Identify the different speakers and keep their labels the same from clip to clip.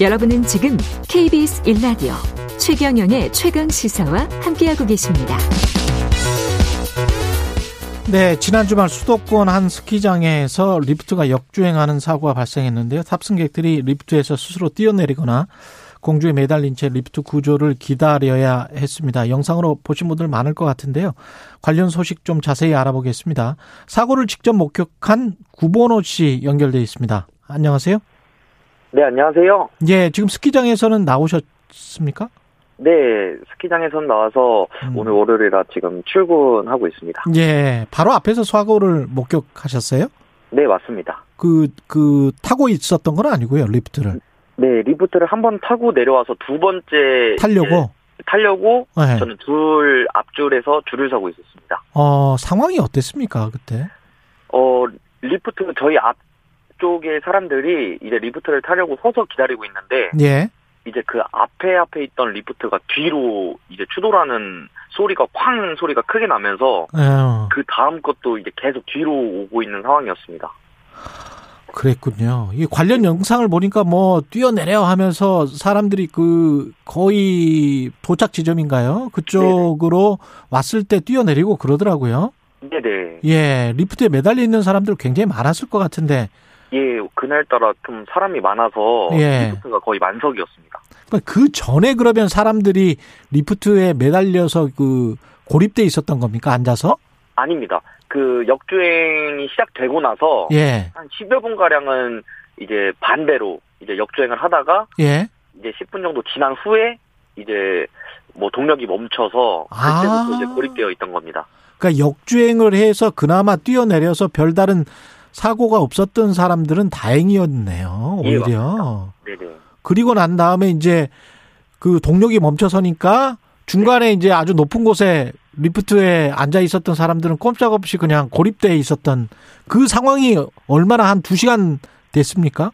Speaker 1: 여러분은 지금 KBS 1라디오 최경연의 최강 시사와 함께하고 계십니다.
Speaker 2: 네, 지난 주말 수도권 한 스키장에서 리프트가 역주행하는 사고가 발생했는데요. 탑승객들이 리프트에서 스스로 뛰어내리거나 공주에 매달린 채 리프트 구조를 기다려야 했습니다. 영상으로 보신 분들 많을 것 같은데요. 관련 소식 좀 자세히 알아보겠습니다. 사고를 직접 목격한 구본호 씨 연결돼 있습니다. 안녕하세요.
Speaker 3: 네, 안녕하세요.
Speaker 2: 예, 지금 스키장에서는 나오셨습니까?
Speaker 3: 네, 스키장에선 나와서
Speaker 2: 음.
Speaker 3: 오늘 월요일이라 지금 출근하고 있습니다.
Speaker 2: 예, 바로 앞에서 사고를 목격하셨어요?
Speaker 3: 네, 맞습니다.
Speaker 2: 그, 그, 타고 있었던 건 아니고요, 리프트를.
Speaker 3: 네, 리프트를 한 번 타고 내려와서 두 번째
Speaker 2: 타려고.
Speaker 3: 이제 타려고
Speaker 2: 예.
Speaker 3: 저는 둘 앞줄에서 줄을 서고 있었습니다.
Speaker 2: 어, 상황이 어땠습니까, 그때?
Speaker 3: 어, 리프트 저희 앞쪽에 사람들이 이제 리프트를 타려고 서서 기다리고 있는데
Speaker 2: 예.
Speaker 3: 이제 그 앞에 앞에 있던 리프트가 뒤로 이제 추돌하는 소리가 쾅 소리가 크게 나면서
Speaker 2: 어,
Speaker 3: 그 다음 것도 이제 계속 뒤로 오고 있는 상황이었습니다.
Speaker 2: 그랬군요. 이 관련 영상을 보니까 뭐, 뛰어내려 하면서 사람들이 그, 거의 도착 지점인가요? 그쪽으로 왔을 때 뛰어내리고 그러더라고요.
Speaker 3: 네네.
Speaker 2: 예, 리프트에 매달려 있는 사람들 굉장히 많았을 것 같은데,
Speaker 3: 예, 그날따라 좀 사람이 많아서
Speaker 2: 예.
Speaker 3: 리프트가 거의 만석이었습니다.
Speaker 2: 그러니까 그 전에 그러면 사람들이 리프트에 매달려서 그 고립돼 있었던 겁니까 앉아서?
Speaker 3: 아닙니다. 그 역주행이 시작되고 나서
Speaker 2: 예,
Speaker 3: 한 10여 분 가량은 이제 반대로 이제 역주행을 하다가
Speaker 2: 예.
Speaker 3: 이제 10분 정도 지난 후에 이제 뭐 동력이 멈춰서 그때부터
Speaker 2: 아.
Speaker 3: 이제 고립되어 있던 겁니다.
Speaker 2: 그러니까 역주행을 해서 그나마 뛰어내려서 별다른 사고가 없었던 사람들은 다행이었네요.
Speaker 3: 예,
Speaker 2: 오히려.
Speaker 3: 네네.
Speaker 2: 그리고 난 다음에 이제 그 동력이 멈춰서니까 중간에 이제 아주 높은 곳에 리프트에 앉아 있었던 사람들은 꼼짝없이 그냥 고립돼 있었던 그 상황이 얼마나 한 두 시간 됐습니까?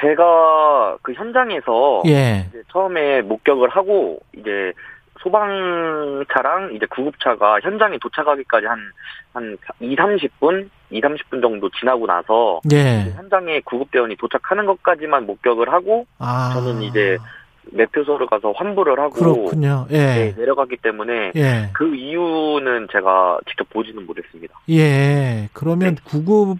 Speaker 3: 제가 그 현장에서
Speaker 2: 예.
Speaker 3: 이제 처음에 목격을 하고 이제 소방차랑 이제 구급차가 현장에 도착하기까지 한 한 2, 30분, 2, 30분 정도 지나고 나서
Speaker 2: 예.
Speaker 3: 현장에 구급대원이 도착하는 것까지만 목격을 하고
Speaker 2: 아.
Speaker 3: 저는 이제 매표소로 가서 환불을 하고
Speaker 2: 그렇군요. 예.
Speaker 3: 네, 내려갔기 때문에
Speaker 2: 예.
Speaker 3: 그 이유는 제가 직접 보지는 못했습니다.
Speaker 2: 예. 그러면
Speaker 3: 네.
Speaker 2: 구급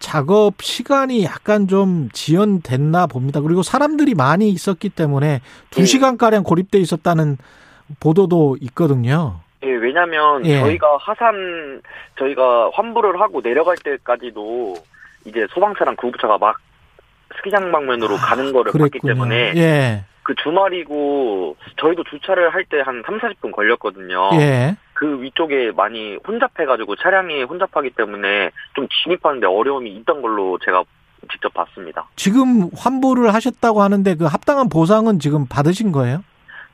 Speaker 2: 작업 시간이 약간 좀 지연됐나 봅니다. 그리고 사람들이 많이 있었기 때문에 두
Speaker 3: 예.
Speaker 2: 시간 가량 고립돼 있었다는 보도도 있거든요.
Speaker 3: 예, 왜냐면
Speaker 2: 예.
Speaker 3: 저희가 하산 저희가 환불을 하고 내려갈 때까지도 이제 소방차랑 구급차가 막 스키장 방면으로 가는 거를 봤기
Speaker 2: 아, 그랬군요.
Speaker 3: 때문에
Speaker 2: 예.
Speaker 3: 그 주말이고 저희도 주차를 할 때 한 3, 40분 걸렸거든요.
Speaker 2: 예.
Speaker 3: 그 위쪽에 많이 혼잡해 가지고 차량이 혼잡하기 때문에 좀 진입하는데 어려움이 있던 걸로 제가 직접 봤습니다.
Speaker 2: 지금 환불을 하셨다고 하는데 그 합당한 보상은 지금 받으신 거예요?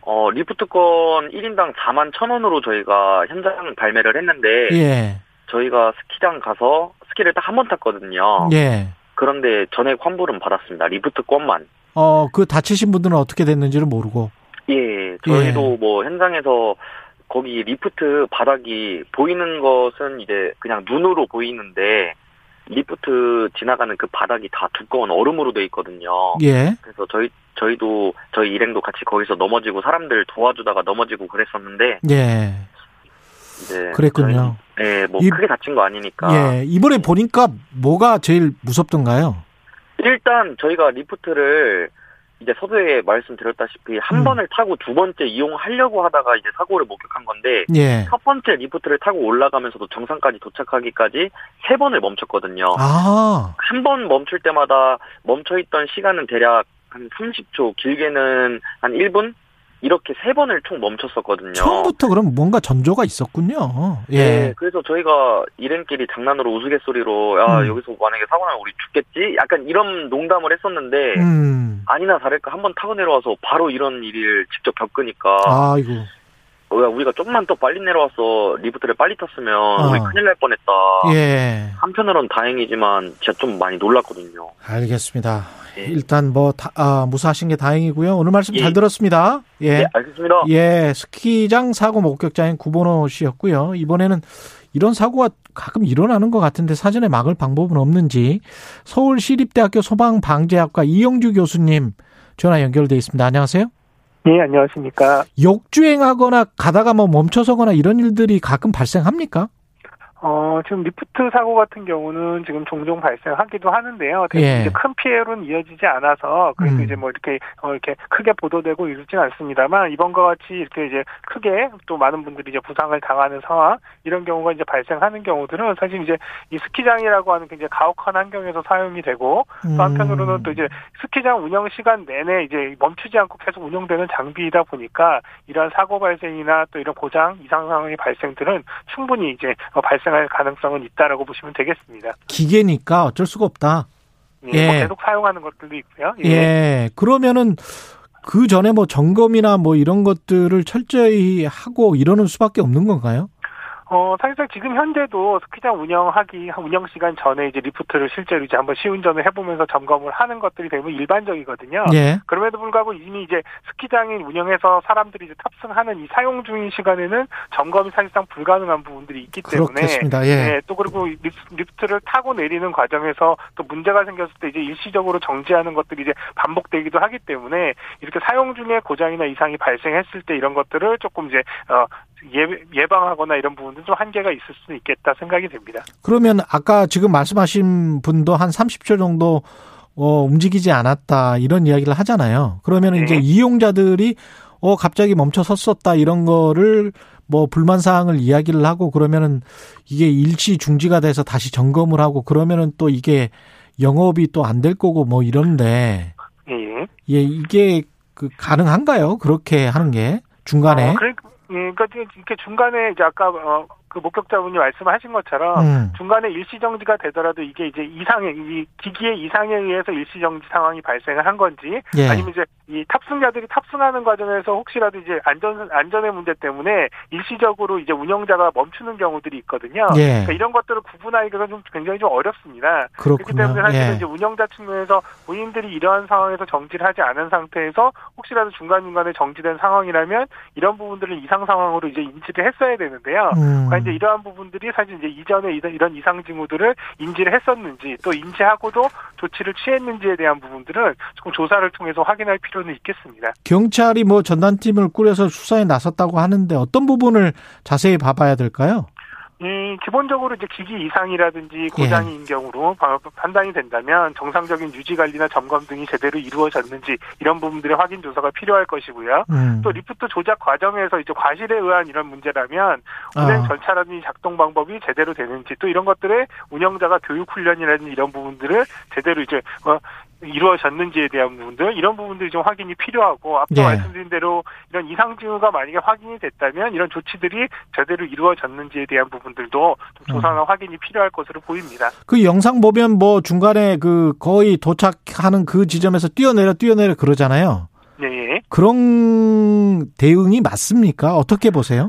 Speaker 3: 어, 리프트권 1인당 4만 1,000원으로 저희가 현장 발매를 했는데
Speaker 2: 예.
Speaker 3: 저희가 스키장 가서 스키를 딱 한 번 탔거든요.
Speaker 2: 예.
Speaker 3: 그런데 전액 환불은 받았습니다. 리프트권만.
Speaker 2: 어, 그 다치신 분들은 어떻게 됐는지를 모르고.
Speaker 3: 예, 저희도 뭐 현장에서 거기 리프트 바닥이 보이는 것은 이제 그냥 눈으로 보이는데 리프트 지나가는 그 바닥이 다 두꺼운 얼음으로 돼 있거든요.
Speaker 2: 예.
Speaker 3: 그래서 저희 저희도 저희 일행도 같이 거기서 넘어지고 사람들 도와주다가 넘어지고 그랬었는데
Speaker 2: 예.
Speaker 3: 이제
Speaker 2: 그랬군요.
Speaker 3: 저희- 예, 뭐
Speaker 2: 이-
Speaker 3: 크게 다친 거 아니니까.
Speaker 2: 예, 이번에 보니까 뭐가 제일 무섭던가요?
Speaker 3: 일단 저희가 리프트를 이제 서두에 말씀드렸다시피 한
Speaker 2: 음.
Speaker 3: 번을 타고 두 번째 이용하려고 하다가 이제 사고를 목격한 건데
Speaker 2: 예.
Speaker 3: 첫 번째 리프트를 타고 올라가면서도 정상까지 도착하기까지 세 번을 멈췄거든요.
Speaker 2: 아,
Speaker 3: 한 번 멈출 때마다 멈춰있던 시간은 대략 한 30초, 길게는 한 1분? 이렇게 세 번을 총 멈췄었거든요.
Speaker 2: 처음부터 그럼 뭔가 전조가 있었군요. 예.
Speaker 3: 네, 그래서 저희가 일행끼리 장난으로 우스갯소리로 야
Speaker 2: 음.
Speaker 3: 여기서 만약에 사고 나면 우리 죽겠지? 약간 이런 농담을 했었는데
Speaker 2: 음.
Speaker 3: 아니나 다를까 한 번 타고 내려와서 바로 이런 일을 직접 겪으니까
Speaker 2: 아, 이고
Speaker 3: 야, 우리가 좀만 더 빨리 내려와서 리프트를 빨리 탔으면 우리 큰일 날 뻔했다.
Speaker 2: 아. 예.
Speaker 3: 한편으론 다행이지만 진짜 좀 많이 놀랐거든요.
Speaker 2: 알겠습니다.
Speaker 3: 예.
Speaker 2: 일단 뭐, 다, 아, 무사하신 게 다행이고요. 오늘 말씀
Speaker 3: 예.
Speaker 2: 잘 들었습니다. 예.
Speaker 3: 네, 알겠습니다.
Speaker 2: 예, 스키장 사고 목격자인 구본호 씨였고요. 이번에는 이런 사고가 가끔 일어나는 것 같은데 사전에 막을 방법은 없는지 서울시립대학교 소방방재학과 이영주 교수님 전화 연결돼 있습니다. 안녕하세요.
Speaker 4: 예, 안녕하십니까.
Speaker 2: 역주행하거나 가다가 뭐 멈춰서거나 이런 일들이 가끔 발생합니까?
Speaker 4: 어, 지금 리프트 사고 같은 경우는 지금 종종 발생하기도 하는데요. 대신
Speaker 2: 예.
Speaker 4: 이제 큰 피해로는 이어지지 않아서 그래서
Speaker 2: 음.
Speaker 4: 이제 뭐 이렇게 어, 이렇게 크게 보도되고 이러진 않습니다만 이번과 같이 이렇게 이제 크게 또 많은 분들이 이제 부상을 당하는 상황 이런 경우가 이제 발생하는 경우들은 사실 이제 이 스키장이라고 하는 굉장히 가혹한 환경에서 사용이 되고 또
Speaker 2: 음.
Speaker 4: 한편으로는 음. 또 이제 스키장 운영 시간 내내 이제 멈추지 않고 계속 운영되는 장비이다 보니까 이러한 사고 발생이나 또 이런 고장 이상 상황의 발생들은 충분히 이제 어, 발생할 가능성은 있다라고 보시면 되겠습니다.
Speaker 2: 기계니까 어쩔 수가 없다.
Speaker 4: 예,
Speaker 2: 예.
Speaker 4: 뭐 계속 사용하는 것들도 있고요.
Speaker 2: 예. 그러면은 그 전에 뭐 점검이나 뭐 이런 것들을 철저히 하고 이러는 수밖에 없는 건가요?
Speaker 4: 어, 사실상 지금 현재도 스키장 운영하기, 운영 시간 전에 이제 리프트를 실제로 이제 한번 시운전을 해보면서 점검을 하는 것들이 대부분 일반적이거든요.
Speaker 2: 예.
Speaker 4: 그럼에도 불구하고 이미 이제 스키장이 운영해서 사람들이 이제 탑승하는 이 사용 중인 시간에는 점검이 사실상 불가능한 부분들이 있기 때문에
Speaker 2: 그렇겠습니다. 예.
Speaker 4: 예, 또 그리고 이 리프- 리프트를 타고 내리는 과정에서 또 문제가 생겼을 때 이제 일시적으로 정지하는 것들이 이제 반복되기도 하기 때문에 이렇게 사용 중에 고장이나 이상이 발생했을 때 이런 것들을 조금 이제 어, 예, 방하거나 이런 부분은 좀 한계가 있을 수는 있겠다 생각이 됩니다.
Speaker 2: 그러면 아까 지금 말씀하신 분도 한 30초 정도 어, 움직이지 않았다 이런 이야기를 하잖아요. 그러면
Speaker 4: 네.
Speaker 2: 이제 이용자들이 어 갑자기 멈춰 섰었다 이런 거를 뭐 불만 사항을 이야기를 하고 그러면은 이게 일시 중지가 돼서 다시 점검을 하고 그러면은 또 이게 영업이 또 안 될 거고 뭐 이런데
Speaker 4: 예.
Speaker 2: 예 이게 그 가능한가요? 그렇게 하는 게 중간에
Speaker 4: 어, 그래, 예, 그러니까 이렇게 중간에 이제 아까 어, 그 목격자분이 말씀하신 것처럼
Speaker 2: 음,
Speaker 4: 중간에 일시 정지가 되더라도 이게 이제 이상에 이 기기의 이상에 의해서 일시 정지 상황이 발생을 한 건지
Speaker 2: 예.
Speaker 4: 아니면 이제 이 탑승자들이 탑승하는 과정에서 혹시라도 이제 안전 안전의 문제 때문에 일시적으로 이제 운영자가 멈추는 경우들이 있거든요.
Speaker 2: 예.
Speaker 4: 그러니까 이런 것들을 구분하기가 좀 굉장히 좀 어렵습니다. 그렇기
Speaker 2: 그렇군요.
Speaker 4: 때문에 사실은
Speaker 2: 예.
Speaker 4: 이제 운영자 측면에서 본인들이 이러한 상황에서 정지를 하지 않은 상태에서 혹시라도 중간중간에 정지된 상황이라면 이런 부분들을 이상 상황으로 이제 인지를 했어야 되는데요.
Speaker 2: 음.
Speaker 4: 그러니까 이제 이러한 부분들이 사실 이제 이전에 이런, 이런 이상 징후들을 인지를 했었는지 또 인지하고도 조치를 취했는지에 대한 부분들은 조금 조사를 통해서 확인할 필요는 있겠습니다.
Speaker 2: 경찰이 뭐 전담팀을 꾸려서 수사에 나섰다고 하는데 어떤 부분을 자세히 봐봐야 될까요?
Speaker 4: 음, 기본적으로 이제 기기 이상이라든지 고장인 경우로 바- 판단이 된다면 정상적인 유지 관리나 점검 등이 제대로 이루어졌는지 이런 부분들의 확인 조사가 필요할 것이고요.
Speaker 2: 음.
Speaker 4: 또 리프트 조작 과정에서 이제 과실에 의한 이런 문제라면 운행
Speaker 2: 아,
Speaker 4: 절차라든지 작동 방법이 제대로 되는지 또 이런 것들에 운영자가 교육 훈련이라든지 이런 부분들을 제대로 이제 어, 이루어졌는지에 대한 부분들 이런 부분들이 좀 확인이 필요하고 앞서
Speaker 2: 예.
Speaker 4: 말씀드린 대로 이런 이상 징후가 만약에 확인이 됐다면 이런 조치들이 제대로 이루어졌는지에 대한 부분들도 좀
Speaker 2: 음.
Speaker 4: 조사나 확인이 필요할 것으로 보입니다.
Speaker 2: 그 영상 보면 뭐 중간에 그 거의 도착하는 그 지점에서 뛰어내려 뛰어내려 그러잖아요.
Speaker 4: 네. 예.
Speaker 2: 그런 대응이 맞습니까? 어떻게 보세요?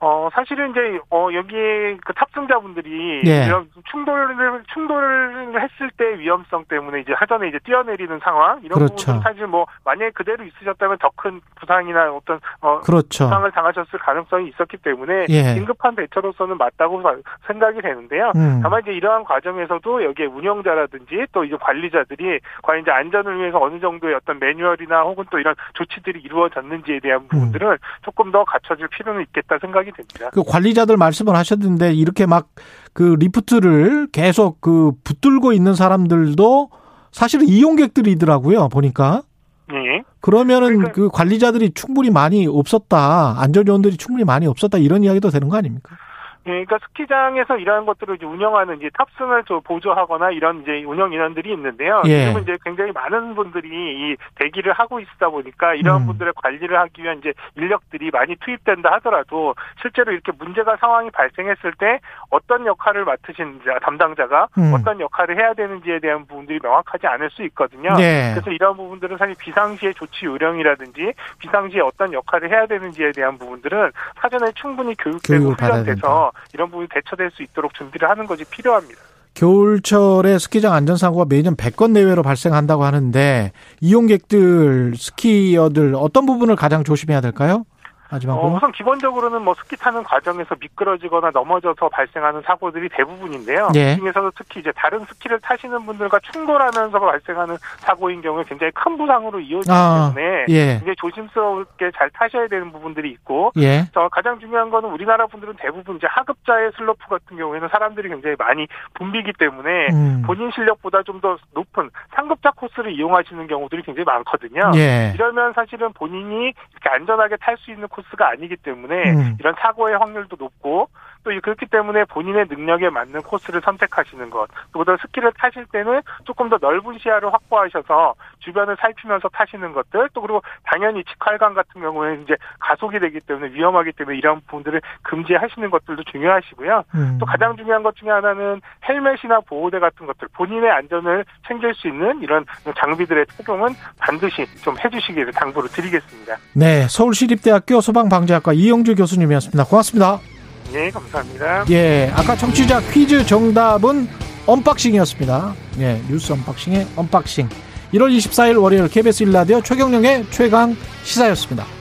Speaker 4: 어, 사실은 이제, 어, 여기에 그 탑승자분들이
Speaker 2: 예.
Speaker 4: 이런 충돌을, 충돌을 했을 때 위험성 때문에 이제 하전에 이제 뛰어내리는 상황, 이런
Speaker 2: 그렇죠.
Speaker 4: 부분은 사실 뭐, 만약에 그대로 있으셨다면 더 큰 부상이나 어떤, 어,
Speaker 2: 그렇죠.
Speaker 4: 부상을 당하셨을 가능성이 있었기 때문에
Speaker 2: 예.
Speaker 4: 긴급한 대처로서는 맞다고 봐- 생각이 되는데요.
Speaker 2: 음.
Speaker 4: 다만 이제 이러한 과정에서도 여기에 운영자라든지 또 이제 관리자들이 과연 이제 안전을 위해서 어느 정도의 어떤 매뉴얼이나 혹은 또 이런 조치들이 이루어졌는지에 대한 부분들은 조금 더 갖춰줄 필요는 있겠다 생각이 됩니다.
Speaker 2: 그 관리자들 말씀을 하셨는데 이렇게 막 그 리프트를 계속 그 붙들고 있는 사람들도 사실은 이용객들이더라고요. 보니까.
Speaker 4: 예.
Speaker 2: 그러면은
Speaker 4: 그러니까-
Speaker 2: 그 관리자들이 충분히 많이 없었다. 안전요원들이 충분히 많이 없었다. 이런 이야기도 되는 거 아닙니까?
Speaker 4: 예, 그러니까 스키장에서 이러한 것들을 이제 운영하는 이제 탑승을 저 보조하거나 이런 이제 운영 인원들이 있는데요.
Speaker 2: 예.
Speaker 4: 지금 이제 굉장히 많은 분들이 이 대기를 하고 있다 보니까 이러한
Speaker 2: 음.
Speaker 4: 분들의 관리를 하기 위한 이제 인력들이 많이 투입된다 하더라도 실제로 이렇게 문제가 상황이 발생했을 때 어떤 역할을 맡으신 자, 담당자가
Speaker 2: 음.
Speaker 4: 어떤 역할을 해야 되는지에 대한 부분들이 명확하지 않을 수 있거든요.
Speaker 2: 네.
Speaker 4: 그래서 이런 부분들은 사실 비상시의 조치 요령이라든지 비상시에 어떤 역할을 해야 되는지에 대한 부분들은 사전에 충분히 교육되고
Speaker 2: 교육을 받아야
Speaker 4: 훈련돼서 이런 부분이 대처될 수 있도록 준비를 하는 것이 필요합니다.
Speaker 2: 겨울철에 스키장 안전사고가 매년 100건 내외로 발생한다고 하는데 이용객들, 스키어들 어떤 부분을 가장 조심해야 될까요? 마지막으로
Speaker 4: 어, 우선 기본적으로는 뭐 스키 타는 과정에서 미끄러지거나 넘어져서 발생하는 사고들이 대부분인데요.
Speaker 2: 예.
Speaker 4: 그 중에서도 특히 이제 다른 스키를 타시는 분들과 충돌하면서 발생하는 사고인 경우에 굉장히 큰 부상으로 이어지기
Speaker 2: 아,
Speaker 4: 때문에
Speaker 2: 예.
Speaker 4: 굉장히 조심스럽게 잘 타셔야 되는 부분들이 있고
Speaker 2: 예.
Speaker 4: 저 가장 중요한 거는 우리나라 분들은 대부분 이제 하급자의 슬로프 같은 경우에는 사람들이 굉장히 많이 붐비기 때문에
Speaker 2: 음.
Speaker 4: 본인 실력보다 좀 더 높은 상급자 코스를 이용하시는 경우들이 굉장히 많거든요.
Speaker 2: 예.
Speaker 4: 이러면 사실은 본인이 이렇게 안전하게 탈 수 있는 코스가 아니기 때문에
Speaker 2: 음.
Speaker 4: 이런 사고의 확률도 높고 또 이- 그렇기 때문에 본인의 능력에 맞는 코스를 선택하시는 것. 그보다 스키를 타실 때는 조금 더 넓은 시야를 확보하셔서 주변을 살피면서 타시는 것들 또 그리고 당연히 직활강 같은 경우에는 이제 가속이 되기 때문에 위험하기 때문에 이런 부분들을 금지하시는 것들도 중요하시고요.
Speaker 2: 음.
Speaker 4: 또 가장 중요한 것 중에 하나는 헬멧이나 보호대 같은 것들 본인의 안전을 챙길 수 있는 이런 장비들의 착용은 반드시 좀 해주시기를 당부를 드리겠습니다.
Speaker 2: 네, 서울시립대학교 소방방재학과 이영주 교수님이었습니다. 고맙습니다.
Speaker 4: 예, 감사합니다.
Speaker 2: 예, 아까 청취자 퀴즈 정답은 언박싱이었습니다. 예, 뉴스 언박싱의 언박싱. 1월 24일 월요일 KBS 일라디오 최경령의 최강 시사였습니다.